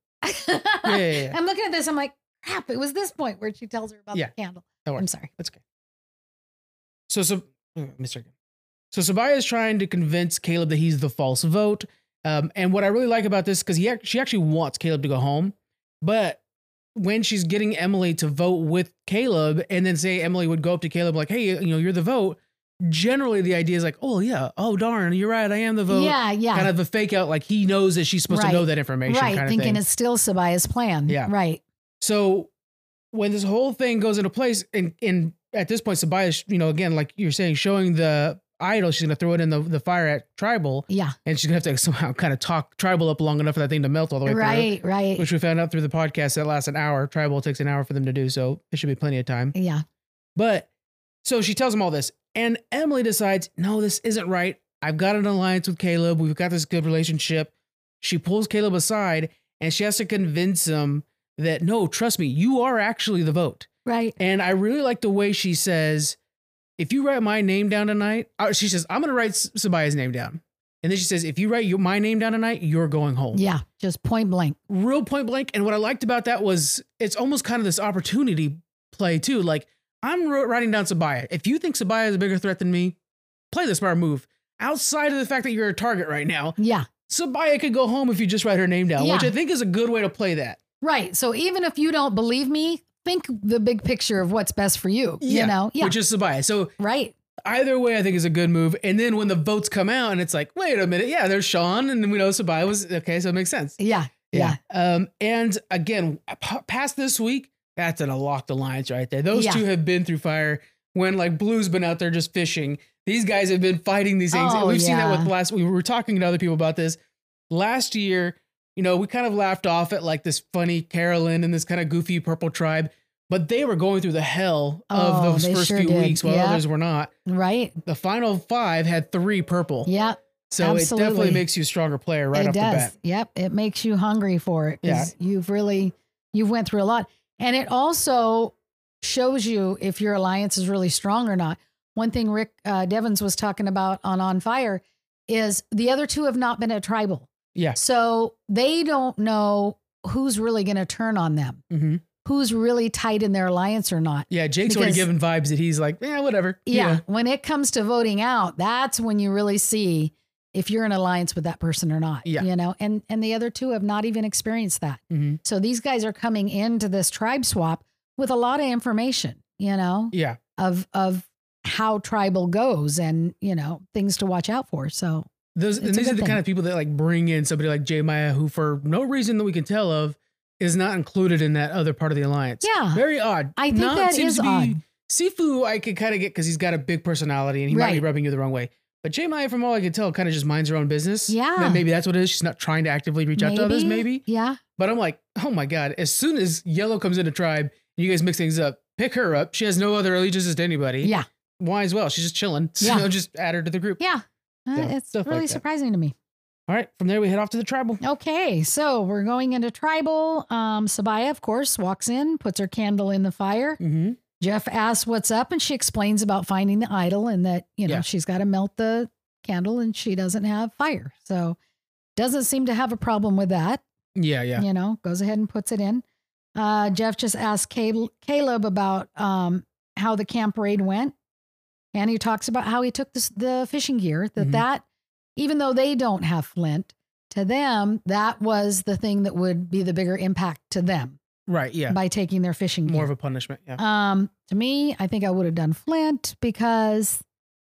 Speaker 1: Yeah, yeah, yeah.
Speaker 2: I'm looking at this. I'm like, crap, it was this point where she tells her about
Speaker 1: Yeah.
Speaker 2: the candle.
Speaker 1: Don't worry.
Speaker 2: I'm sorry.
Speaker 1: That's okay. So, so Mr. So Sabaya is trying to convince Caleb that he's the false vote. Um, and what I really like about this, because he act- she actually wants Caleb to go home, but when she's getting Emily to vote with Caleb, and then say Emily would go up to Caleb like, "Hey, you know, you're the vote." Generally, the idea is like, "Oh yeah, oh darn, you're right, I am the vote."
Speaker 2: yeah, yeah.
Speaker 1: Kind of a fake out, like he knows that she's supposed
Speaker 2: Right.
Speaker 1: to know that information.
Speaker 2: right.
Speaker 1: kind of
Speaker 2: thinking
Speaker 1: thing.
Speaker 2: it's still Sabaya's plan.
Speaker 1: Yeah.
Speaker 2: Right.
Speaker 1: So when this whole thing goes into place, and and at this point, Sabaya's, you know, again, like you're saying, showing the idol, she's gonna throw it in the, the fire at tribal,
Speaker 2: Yeah.
Speaker 1: and she's gonna have to somehow kind of talk tribal up long enough for that thing to melt all the way through.
Speaker 2: Right. Right.
Speaker 1: Which we found out through the podcast that lasts an hour. Tribal takes an hour for them to do, so it should be plenty of time.
Speaker 2: yeah.
Speaker 1: But so she tells him all this, and Emily decides, no, this isn't right. I've got an alliance with Caleb. We've got this good relationship. She pulls Caleb aside and she has to convince him that, no, trust me, you are actually the vote.
Speaker 2: Right.
Speaker 1: And I really like the way she says, if you write my name down tonight, uh, she says, I'm going to write S- Sabaya's name down. And then she says, if you write your, my name down tonight, you're going home.
Speaker 2: Yeah. Just point blank.
Speaker 1: Real point blank. And what I liked about that was it's almost kind of this opportunity play too. Like I'm wr- writing down Sabaya. If you think Sabaya is a bigger threat than me, play the smart move. Outside of the fact that you're a target right now,
Speaker 2: Yeah.
Speaker 1: Sabaya could go home if you just write her name down, which
Speaker 2: Yeah.
Speaker 1: I think is a good way to play that.
Speaker 2: Right. So even if you don't believe me, think the big picture of what's best for you.
Speaker 1: Yeah.
Speaker 2: You know? Yeah.
Speaker 1: Which is Sabaya. So
Speaker 2: right.
Speaker 1: either way, I think is a good move. And then when the votes come out, and it's like, wait a minute, yeah, there's Sean, and then we know Sabaya was okay, so it makes sense.
Speaker 2: Yeah. Yeah.
Speaker 1: Um, and again, p- past this week, that's an locked alliance right there. Those
Speaker 2: Yeah.
Speaker 1: two have been through fire. When like Blue's been out there just fishing, these guys have been fighting these things. and
Speaker 2: Oh,
Speaker 1: we've seen that with
Speaker 2: yeah.
Speaker 1: last. We were talking to other people about this last year. You know, we kind of laughed off at like this funny Carolyn and this kind of goofy purple tribe, but they were going through the hell of
Speaker 2: Oh,
Speaker 1: those
Speaker 2: they
Speaker 1: first
Speaker 2: sure
Speaker 1: few
Speaker 2: did.
Speaker 1: weeks while
Speaker 2: Yeah.
Speaker 1: others were not.
Speaker 2: Right.
Speaker 1: The final five had three purple.
Speaker 2: Yeah.
Speaker 1: so it definitely
Speaker 2: absolutely.
Speaker 1: makes you a stronger player right
Speaker 2: it
Speaker 1: off
Speaker 2: does.
Speaker 1: the bat.
Speaker 2: Yep, it makes you hungry for it because you've really you've went through a lot, and it also shows you if your alliance is really strong or not. One thing Rick uh, Devins was talking about on On Fire is the other two have not been a tribal,
Speaker 1: Yeah.
Speaker 2: so they don't know who's really going to turn on them,
Speaker 1: Mm-hmm.
Speaker 2: who's really tight in their alliance or not.
Speaker 1: Yeah, Jake's already
Speaker 2: Because-
Speaker 1: given vibes that he's like, yeah, whatever.
Speaker 2: Yeah, when it comes to voting out, that's when you really see if you're in alliance with that person or not.
Speaker 1: Yeah.
Speaker 2: You know, and and the other two have not even experienced that.
Speaker 1: Yeah. Mhm.
Speaker 2: So these guys are coming into this tribe swap with a lot of information, you know,
Speaker 1: yeah.
Speaker 2: of of how tribal goes and, you know, things to watch out for. So
Speaker 1: Those
Speaker 2: It's
Speaker 1: and
Speaker 2: a
Speaker 1: these are
Speaker 2: good
Speaker 1: the
Speaker 2: thing.
Speaker 1: kind of people that like bring in somebody like Jay Maya, who for no reason that we can tell of is not included in that other part of the alliance.
Speaker 2: yeah.
Speaker 1: Very odd.
Speaker 2: I think
Speaker 1: Not
Speaker 2: that
Speaker 1: seems
Speaker 2: is
Speaker 1: to be
Speaker 2: odd.
Speaker 1: Sifu, I could kind of get because he's got a big personality and he might be
Speaker 2: Right.
Speaker 1: rubbing you the wrong way. But Jay Maya, from all I can tell, kind of just minds her own business.
Speaker 2: Yeah.
Speaker 1: And maybe that's what it is. She's not trying to actively reach out to others, maybe.
Speaker 2: Yeah.
Speaker 1: But I'm like, oh my God, as soon as Yellow comes into Tribe, you guys mix things up, pick her up. She has no other allegiances to anybody.
Speaker 2: Yeah.
Speaker 1: Why as well? She's just chilling. So
Speaker 2: Yeah.
Speaker 1: just add her to the group.
Speaker 2: Yeah. Uh,
Speaker 1: Yeah,
Speaker 2: it's
Speaker 1: stuff like
Speaker 2: really
Speaker 1: that.
Speaker 2: surprising to me.
Speaker 1: All right. From there, we head off to the tribal.
Speaker 2: Okay, so we're going into tribal. Um, Sabaya, of course, walks in, puts her candle in the fire.
Speaker 1: Mm-hmm.
Speaker 2: Jeff asks what's up, and she explains about finding the idol and that, you know,
Speaker 1: Yeah.
Speaker 2: she's got to melt the candle and she doesn't have fire. So doesn't seem to have a problem with that.
Speaker 1: Yeah. Yeah.
Speaker 2: You know, goes ahead and puts it in. Uh, Jeff just asks Cal- Caleb about um, how the camp raid went. And he talks about how he took this, the fishing gear, that
Speaker 1: Mhm.
Speaker 2: that, even though they don't have flint, to them, that was the thing that would be the bigger impact to them
Speaker 1: Right. Yeah.
Speaker 2: by taking their fishing
Speaker 1: More
Speaker 2: gear.
Speaker 1: of a punishment. Yeah.
Speaker 2: Um, to me, I think I would have done flint because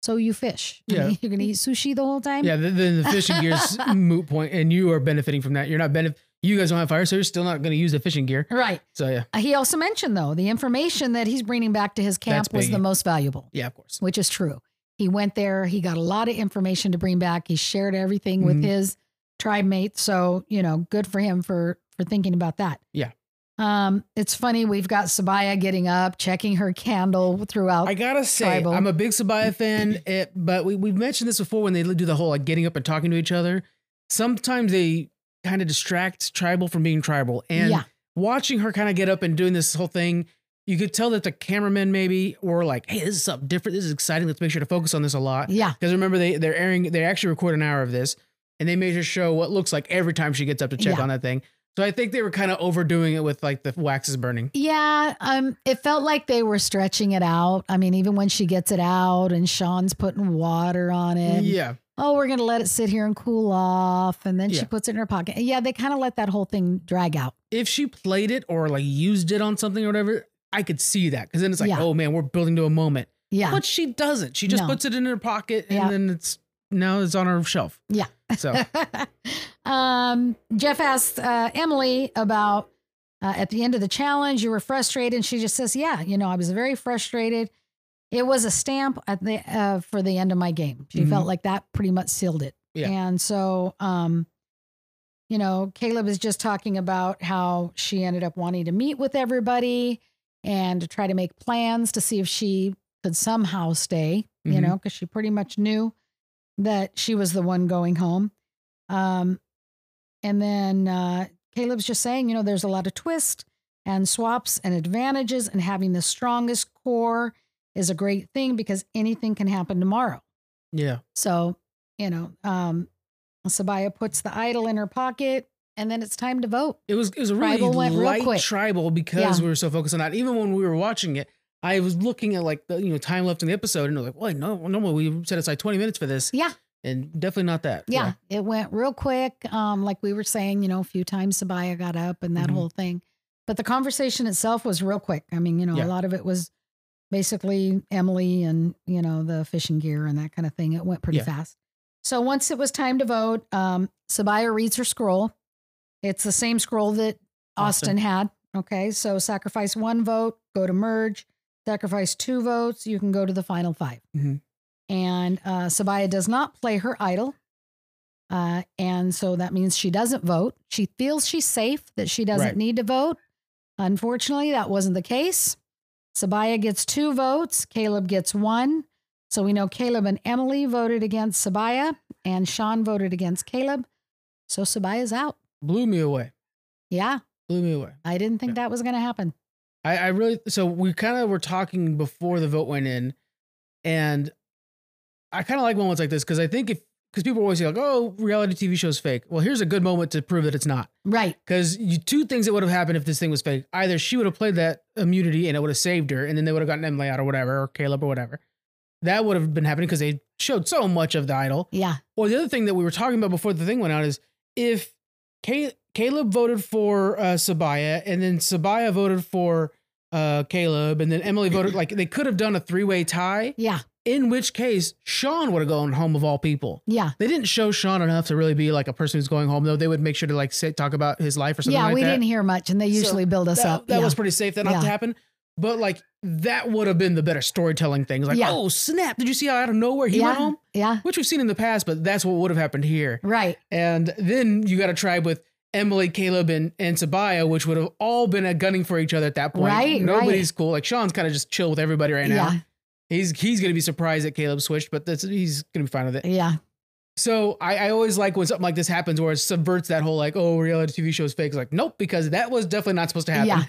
Speaker 2: so you fish. I
Speaker 1: Yeah.
Speaker 2: mean, You're gonna eat sushi the whole time.
Speaker 1: yeah. th- Then the, fishing gear's moot point, and you are benefiting from that. You're not benef- You guys don't have fire, so you're still not going to use the fishing gear.
Speaker 2: Right.
Speaker 1: So yeah.
Speaker 2: He also mentioned though the information that he's bringing back to his camp
Speaker 1: That's
Speaker 2: was the
Speaker 1: big.
Speaker 2: most valuable,
Speaker 1: Yeah. Of course.
Speaker 2: which is true. He went there, he got a lot of information to bring back. He shared everything with
Speaker 1: Mhm.
Speaker 2: his tribe mates. So, you know, good for him for for thinking about that.
Speaker 1: Yeah.
Speaker 2: Um, it's funny, we've got Sabaya getting up, checking her candle throughout.
Speaker 1: I gotta say,
Speaker 2: Tribal.
Speaker 1: I'm a big Sabaya fan, it, but we, we've mentioned this before when they do the whole like getting up and talking to each other. Sometimes they kind of distract tribal from being tribal. And
Speaker 2: yeah.
Speaker 1: watching her kind of get up and doing this whole thing, you could tell that the cameramen maybe were like, hey, this is something different. This is exciting. Let's make sure to focus on this a lot.
Speaker 2: Yeah.
Speaker 1: Because remember, they, they're airing, they actually record an hour of this and they made her show what looks like every time she gets up to check
Speaker 2: Yeah.
Speaker 1: on that thing. So I think they were kind of overdoing it with like the wax is burning.
Speaker 2: Yeah, um, it felt like they were stretching it out. I mean, even when she gets it out and Sean's putting water on it.
Speaker 1: yeah.
Speaker 2: Oh, we're gonna let it sit here and cool off, and then she
Speaker 1: Yeah.
Speaker 2: puts it in her pocket. Yeah, they kind of let that whole thing drag out.
Speaker 1: if she played it or like used it on something or whatever, I could see that because then it's like,
Speaker 2: Yeah.
Speaker 1: oh man, we're building to a moment.
Speaker 2: Yeah,
Speaker 1: But she doesn't. She just
Speaker 2: No.
Speaker 1: puts it in her pocket and
Speaker 2: Yeah.
Speaker 1: then it's now it's on her shelf.
Speaker 2: Yeah.
Speaker 1: So
Speaker 2: um, Jeff asked uh, Emily about uh, at the end of the challenge, you were frustrated. And she just says, Yeah, you know, I was very frustrated. It was a stamp at the, uh, for the end of my game. She felt like that pretty much sealed it.
Speaker 1: Mm-hmm. Yeah.
Speaker 2: And so, um, you know, Caleb is just talking about how she ended up wanting to meet with everybody and to try to make plans to see if she could somehow stay, you
Speaker 1: Mhm.
Speaker 2: know, because she pretty much knew that she was the one going home. Um, and then uh, Caleb's just saying, you know, there's a lot of twist and swaps and advantages, and having the strongest core is a great thing because anything can happen tomorrow.
Speaker 1: yeah.
Speaker 2: So, you know, um, Sabaya puts the idol in her pocket, and then it's time to vote.
Speaker 1: It was it was a really
Speaker 2: Tribal went real
Speaker 1: light
Speaker 2: quick.
Speaker 1: tribal because we were so focused on that. Even when we were watching it, I was looking at like the you know time left in the episode and like, well, no, normally we set aside twenty minutes for this.
Speaker 2: Yeah.
Speaker 1: And definitely not that.
Speaker 2: Yeah, it went real quick. Um, like we were saying, you know, a few times Sabaya got up and that
Speaker 1: Mhm.
Speaker 2: whole thing. But the conversation itself was real quick. I mean, you know,
Speaker 1: Yeah.
Speaker 2: a lot of it was basically Emily and, you know, the fishing gear and that kind of thing. It went pretty
Speaker 1: Yeah.
Speaker 2: fast. So once it was time to vote, um, Sabaya reads her scroll. It's the same scroll that Austin
Speaker 1: Austin.
Speaker 2: had. Okay. So sacrifice one vote, go to merge, sacrifice two votes, you can go to the final 5
Speaker 1: Mhm.
Speaker 2: And uh, Sabaya does not play her idol. Uh, and so that means she doesn't vote. She feels she's safe, that she doesn't
Speaker 1: Right.
Speaker 2: need to vote. Unfortunately, that wasn't the case. Sabaya gets two votes, Caleb gets one. So we know Caleb and Emily voted against Sabaya, and Sean voted against Caleb. So Sabaya's out.
Speaker 1: Blew me away.
Speaker 2: Yeah,
Speaker 1: Blew me away.
Speaker 2: I didn't think
Speaker 1: Yeah.
Speaker 2: that was going to happen.
Speaker 1: I, I really so we kind of were talking before the vote went in, and I kind of like moments like this because I think if because people always say like, oh, reality TV shows fake. Well, here's a good moment to prove that it's not.
Speaker 2: Right.
Speaker 1: Because you two things that would have happened if this thing was fake: either she would have played that immunity and it would have saved her, and then they would have gotten Emily out or whatever, or Caleb or whatever. That would have been happening because they showed so much of the idol.
Speaker 2: Yeah.
Speaker 1: Or the other thing that we were talking about before the thing went out is if Ca- Caleb voted for uh, Sabaya and then Sabaya voted for uh, Caleb and then Emily voted, like they could have done a three way tie,
Speaker 2: Yeah.
Speaker 1: in which case Sean would have gone home of all people.
Speaker 2: Yeah.
Speaker 1: They didn't show Sean enough to really be like a person who's going home, though. They would make sure to like say, talk about his life or something
Speaker 2: yeah.
Speaker 1: like
Speaker 2: we
Speaker 1: that.
Speaker 2: didn't hear much, and they
Speaker 1: So
Speaker 2: usually build us
Speaker 1: that,
Speaker 2: up.
Speaker 1: that
Speaker 2: yeah.
Speaker 1: was pretty safe that not
Speaker 2: Yeah.
Speaker 1: to happen. But like that would have been the better storytelling things. Like,
Speaker 2: Yeah.
Speaker 1: oh snap! Did you see how out of nowhere he
Speaker 2: yeah.
Speaker 1: went home?
Speaker 2: Yeah.
Speaker 1: Which we've seen in the past, but that's what would have happened here.
Speaker 2: Right.
Speaker 1: And then you got a tribe with Emily, Caleb, and and Sabaya, which would have all been a gunning for each other at that point.
Speaker 2: Right,
Speaker 1: Nobody's cool. Like Sean's kind of just chill with everybody right now.
Speaker 2: yeah.
Speaker 1: He's he's gonna be surprised that Caleb switched, but that's, he's gonna be fine with it.
Speaker 2: Yeah.
Speaker 1: So I, I always like when something like this happens where it subverts that whole like, oh, reality TV show is fake. It's like, nope, because that was definitely not supposed to happen.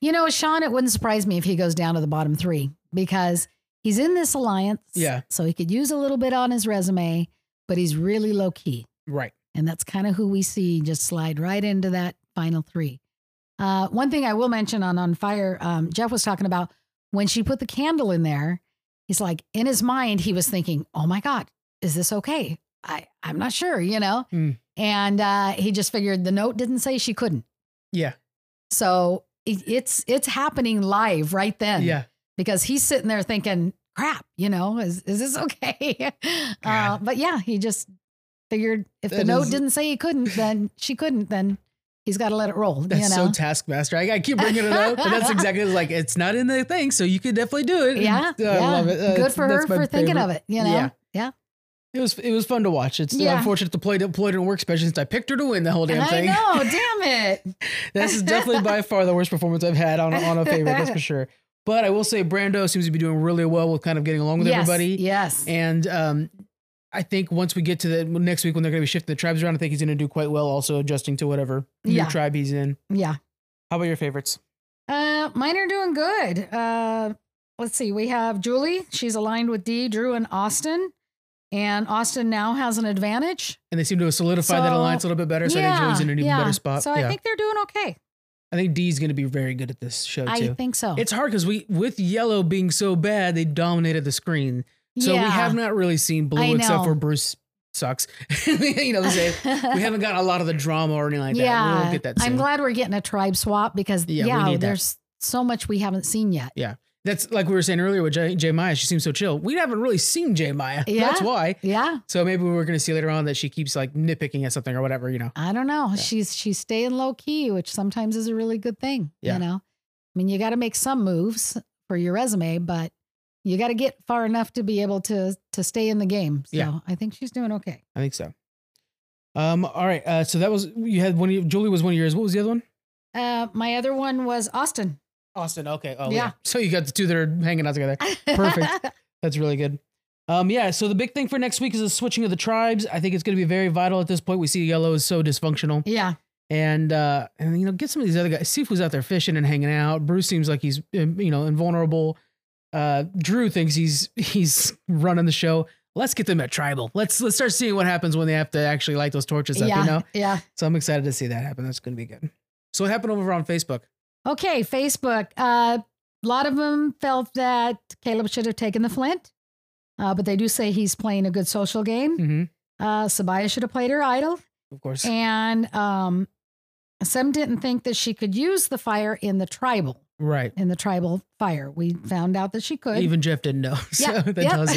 Speaker 2: You know, Sean, it wouldn't surprise me if he goes down to the bottom three because he's in this alliance.
Speaker 1: Yeah.
Speaker 2: So he could use a little bit on his resume, but he's really low key.
Speaker 1: right.
Speaker 2: And that's kind of who we see just slide right into that final three. Uh, one thing I will mention on On Fire, um, Jeff was talking about when she put the candle in there, he's like, in his mind, he was thinking, oh my God, is this okay? I, I'm not sure, you know?
Speaker 1: Mm.
Speaker 2: And uh, he just figured the note didn't say she couldn't.
Speaker 1: Yeah.
Speaker 2: So it, it's it's happening live right then.
Speaker 1: Yeah.
Speaker 2: Because he's sitting there thinking, crap, you know, is is this okay? Uh,
Speaker 1: God.
Speaker 2: but yeah, he just figured if the
Speaker 1: That
Speaker 2: note
Speaker 1: is-
Speaker 2: didn't say he couldn't, then she couldn't, then he's got to let it roll.
Speaker 1: That's
Speaker 2: you know?
Speaker 1: so Taskmaster. I, I keep bringing it up, but that's exactly like it's not in the thing, so you could definitely do it.
Speaker 2: yeah.
Speaker 1: And, uh,
Speaker 2: yeah.
Speaker 1: I love it. Uh,
Speaker 2: Good for her
Speaker 1: that's my
Speaker 2: for thinking
Speaker 1: favorite.
Speaker 2: of it, you know?
Speaker 1: Yeah.
Speaker 2: Yeah.
Speaker 1: It was it was fun to watch. It's
Speaker 2: Yeah.
Speaker 1: unfortunate the play the play didn't work, especially since I picked her to win the whole damn
Speaker 2: I
Speaker 1: thing.
Speaker 2: know, damn it.
Speaker 1: This is definitely by far the worst performance I've had on on a favorite, that's for sure. But I will say Brando seems to be doing really well with kind of getting along with
Speaker 2: yes,
Speaker 1: everybody.
Speaker 2: Yes.
Speaker 1: And um, I think once we get to the next week when they're going to be shifting the tribes around, I think he's going to do quite well, also adjusting to whatever
Speaker 2: Yeah.
Speaker 1: new tribe he's in.
Speaker 2: yeah.
Speaker 1: How about your favorites?
Speaker 2: Uh, mine are doing good. Uh, let's see. We have Julie. She's aligned with D, Drew, and Austin. And Austin now has an advantage.
Speaker 1: And they seem to have solidified that
Speaker 2: So,
Speaker 1: alliance a little bit better. So I think Julie's in an even
Speaker 2: yeah.
Speaker 1: better spot.
Speaker 2: So
Speaker 1: yeah.
Speaker 2: I think they're doing okay.
Speaker 1: I think Dee's going to be very good at this show
Speaker 2: I
Speaker 1: too.
Speaker 2: think so.
Speaker 1: It's hard because we, with Yellow being so bad, they dominated the screen. So we have not really seen Blue
Speaker 2: I
Speaker 1: except
Speaker 2: know.
Speaker 1: for Bruce sucks. you know, the same. we haven't gotten a lot of the drama or anything like
Speaker 2: yeah.
Speaker 1: that. We'll get that soon.
Speaker 2: I'm glad we're getting a tribe swap because
Speaker 1: Yeah, we
Speaker 2: yeah,
Speaker 1: need that.
Speaker 2: there's so much we haven't seen yet.
Speaker 1: That's like we were saying earlier with J- Jay Maya. She seems so chill. We haven't really seen Jay Maya.
Speaker 2: Yeah.
Speaker 1: That's why.
Speaker 2: Yeah.
Speaker 1: So maybe we're going to see later on that she keeps like nitpicking at something or whatever, you know.
Speaker 2: I don't know. She's she's staying low key, which sometimes is a really good thing.
Speaker 1: Yeah.
Speaker 2: You know, I mean, you got to make some moves for your resume, but you got to get far enough to be able to to stay in the game. So
Speaker 1: Yeah.
Speaker 2: I think she's doing okay.
Speaker 1: I think so. Um. All right. Uh. So that was you had one. Of, your- Julie was one of yours. What was the other one?
Speaker 2: Uh, my other one was Austin.
Speaker 1: Austin. Okay. Oh yeah.
Speaker 2: Yeah.
Speaker 1: So you got the two that are hanging out together. Perfect. That's really good. Um. Yeah. So the big thing for next week is the switching of the tribes. I think it's going to be very vital at this point. We see Yellow is so dysfunctional,
Speaker 2: yeah.
Speaker 1: and uh, and you know, get some of these other guys. See if who's out there fishing and hanging out. Bruce seems like he's um, you know invulnerable. Uh, Drew thinks he's he's running the show. Let's get them at tribal. Let's let's start seeing what happens when they have to actually light those torches up.
Speaker 2: yeah.
Speaker 1: You know.
Speaker 2: Yeah.
Speaker 1: So I'm excited to see that happen. That's going to be good. So what happened over on Facebook?
Speaker 2: Okay. Facebook. Uh, a lot of them felt that Caleb should have taken the Flint, uh, but they do say he's playing a good social game.
Speaker 1: Mm-hmm.
Speaker 2: Uh, Sabaya should have played her idol.
Speaker 1: Of course.
Speaker 2: And um, some didn't think that she could use the fire in the tribal,
Speaker 1: right.
Speaker 2: in the tribal fire. We found out that she could.
Speaker 1: Even Jeff didn't know. So
Speaker 2: Yeah,
Speaker 1: that
Speaker 2: yep.
Speaker 1: tells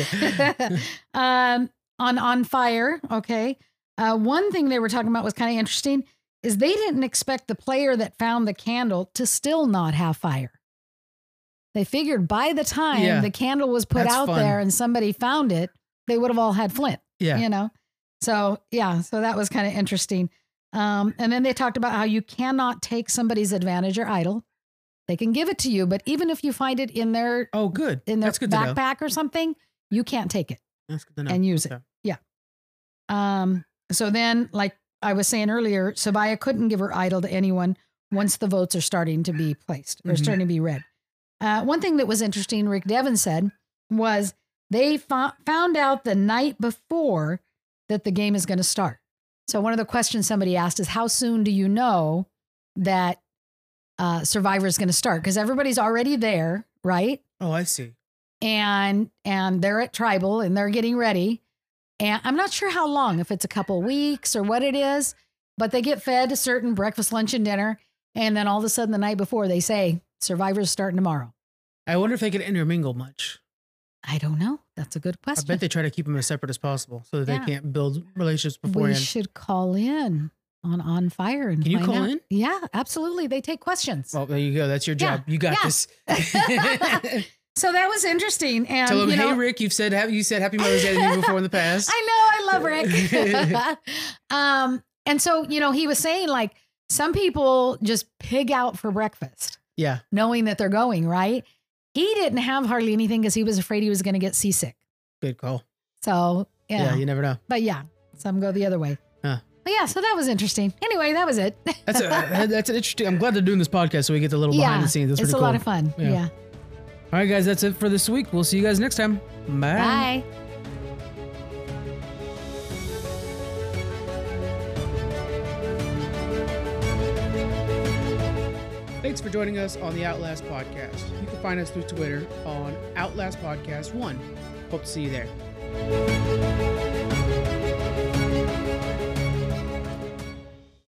Speaker 1: you.
Speaker 2: um, on on fire. Okay. Uh, one thing they were talking about was kind of interesting is they didn't expect the player that found the candle to still not have fire. They figured by the time
Speaker 1: Yeah.
Speaker 2: the candle was put
Speaker 1: That's
Speaker 2: out
Speaker 1: fun.
Speaker 2: there and somebody found it, they would have all had flint
Speaker 1: Yeah.
Speaker 2: you know so yeah so that was kind of interesting um, and then they talked about how you cannot take somebody's advantage or idol they can give it to you but even if you find it in their
Speaker 1: Oh, good.
Speaker 2: in their
Speaker 1: That's good to know.
Speaker 2: backpack or something you can't take it
Speaker 1: That's good to know.
Speaker 2: and use it. um, so then like i was saying earlier sabaya couldn't give her idol to anyone once the votes are starting to be placed or
Speaker 1: Mhm.
Speaker 2: starting to be read uh, one thing that was interesting rick devin said was they fo- found out the night before that the game is going to start. So one of the questions somebody asked is, "How soon do you know that uh, Survivor is going to start?" Because everybody's already there, right?
Speaker 1: Oh, I see.
Speaker 2: And and they're at Tribal and they're getting ready. And I'm not sure how long, if it's a couple weeks or what it is, but they get fed a certain breakfast, lunch, and dinner, and then all of a sudden the night before they say Survivor's starting tomorrow.
Speaker 1: I wonder if they could intermingle much.
Speaker 2: I don't know. That's a good
Speaker 1: I
Speaker 2: question.
Speaker 1: bet they try to keep them as separate as possible so that
Speaker 2: Yeah.
Speaker 1: they can't build relationships
Speaker 2: we
Speaker 1: beforehand.
Speaker 2: should call in. on On Fire and
Speaker 1: Can you
Speaker 2: find
Speaker 1: call
Speaker 2: out.
Speaker 1: in?
Speaker 2: Yeah, absolutely. They take questions.
Speaker 1: Well, there you go. That's your
Speaker 2: Yeah,
Speaker 1: job. You got
Speaker 2: yeah.
Speaker 1: this.
Speaker 2: so that was interesting. And
Speaker 1: Tell him,
Speaker 2: you know,
Speaker 1: hey Rick, you've said you said Happy Mother's Day to me before in the past.
Speaker 2: I know, I love Rick. um, and so, you know, he was saying like some people just pig out for breakfast,
Speaker 1: yeah,
Speaker 2: knowing that they're going, right? He didn't have hardly anything because he was afraid he was going to get seasick.
Speaker 1: good call.
Speaker 2: So,
Speaker 1: Yeah.
Speaker 2: yeah.
Speaker 1: you never know.
Speaker 2: But yeah, some go the other way.
Speaker 1: Huh.
Speaker 2: But yeah, so that was interesting. Anyway, that was it.
Speaker 1: That's a, that's an interesting. I'm glad they're doing this podcast so we get the little behind the scenes. That's
Speaker 2: it's
Speaker 1: pretty
Speaker 2: a
Speaker 1: cool.
Speaker 2: lot of fun.
Speaker 1: Yeah.
Speaker 2: yeah.
Speaker 1: All right, guys, that's it for this week. We'll see you guys next time. Bye.
Speaker 2: Bye.
Speaker 1: Thanks for joining us on the Outlast Podcast. You can find us through Twitter on Outlast Podcast One. Hope to see you there.